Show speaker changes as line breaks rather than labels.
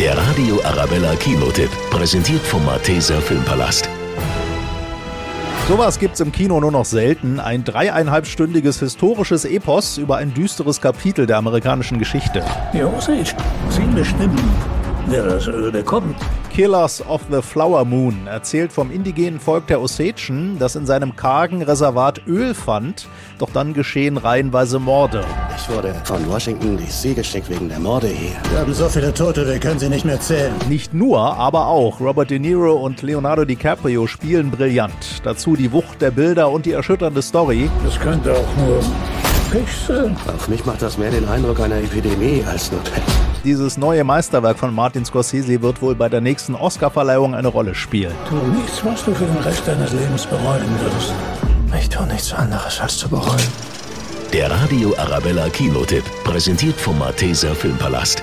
Der Radio Arabella Kinotipp, präsentiert vom Malteser Filmpalast.
Sowas gibt's im Kino nur noch selten. Ein dreieinhalbstündiges historisches Epos über ein düsteres Kapitel der amerikanischen Geschichte.
Ja, seht, Sie bestimmen, wer das Öl bekommt.
Killers of the Flower Moon erzählt vom indigenen Volk der Ossetschen, das in seinem kargen Reservat Öl fand, doch dann geschehen reihenweise Morde.
Ich wurde von Washington DC geschickt wegen der Morde hier.
Wir haben so viele Tote, wir können sie nicht mehr zählen.
Nicht nur, aber auch Robert De Niro und Leonardo DiCaprio spielen brillant. Dazu die Wucht der Bilder und die erschütternde Story.
Das könnte auch nur Pech sein.
Auf mich macht das mehr den Eindruck einer Epidemie als nur Pech.
Dieses neue Meisterwerk von Martin Scorsese wird wohl bei der nächsten Oscarverleihung eine Rolle spielen.
Tu nichts, was du für den Rest deines Lebens bereuen wirst.
Ich tue nichts anderes als zu bereuen.
Der Radio Arabella Kinotipp, präsentiert vom Malteser Filmpalast.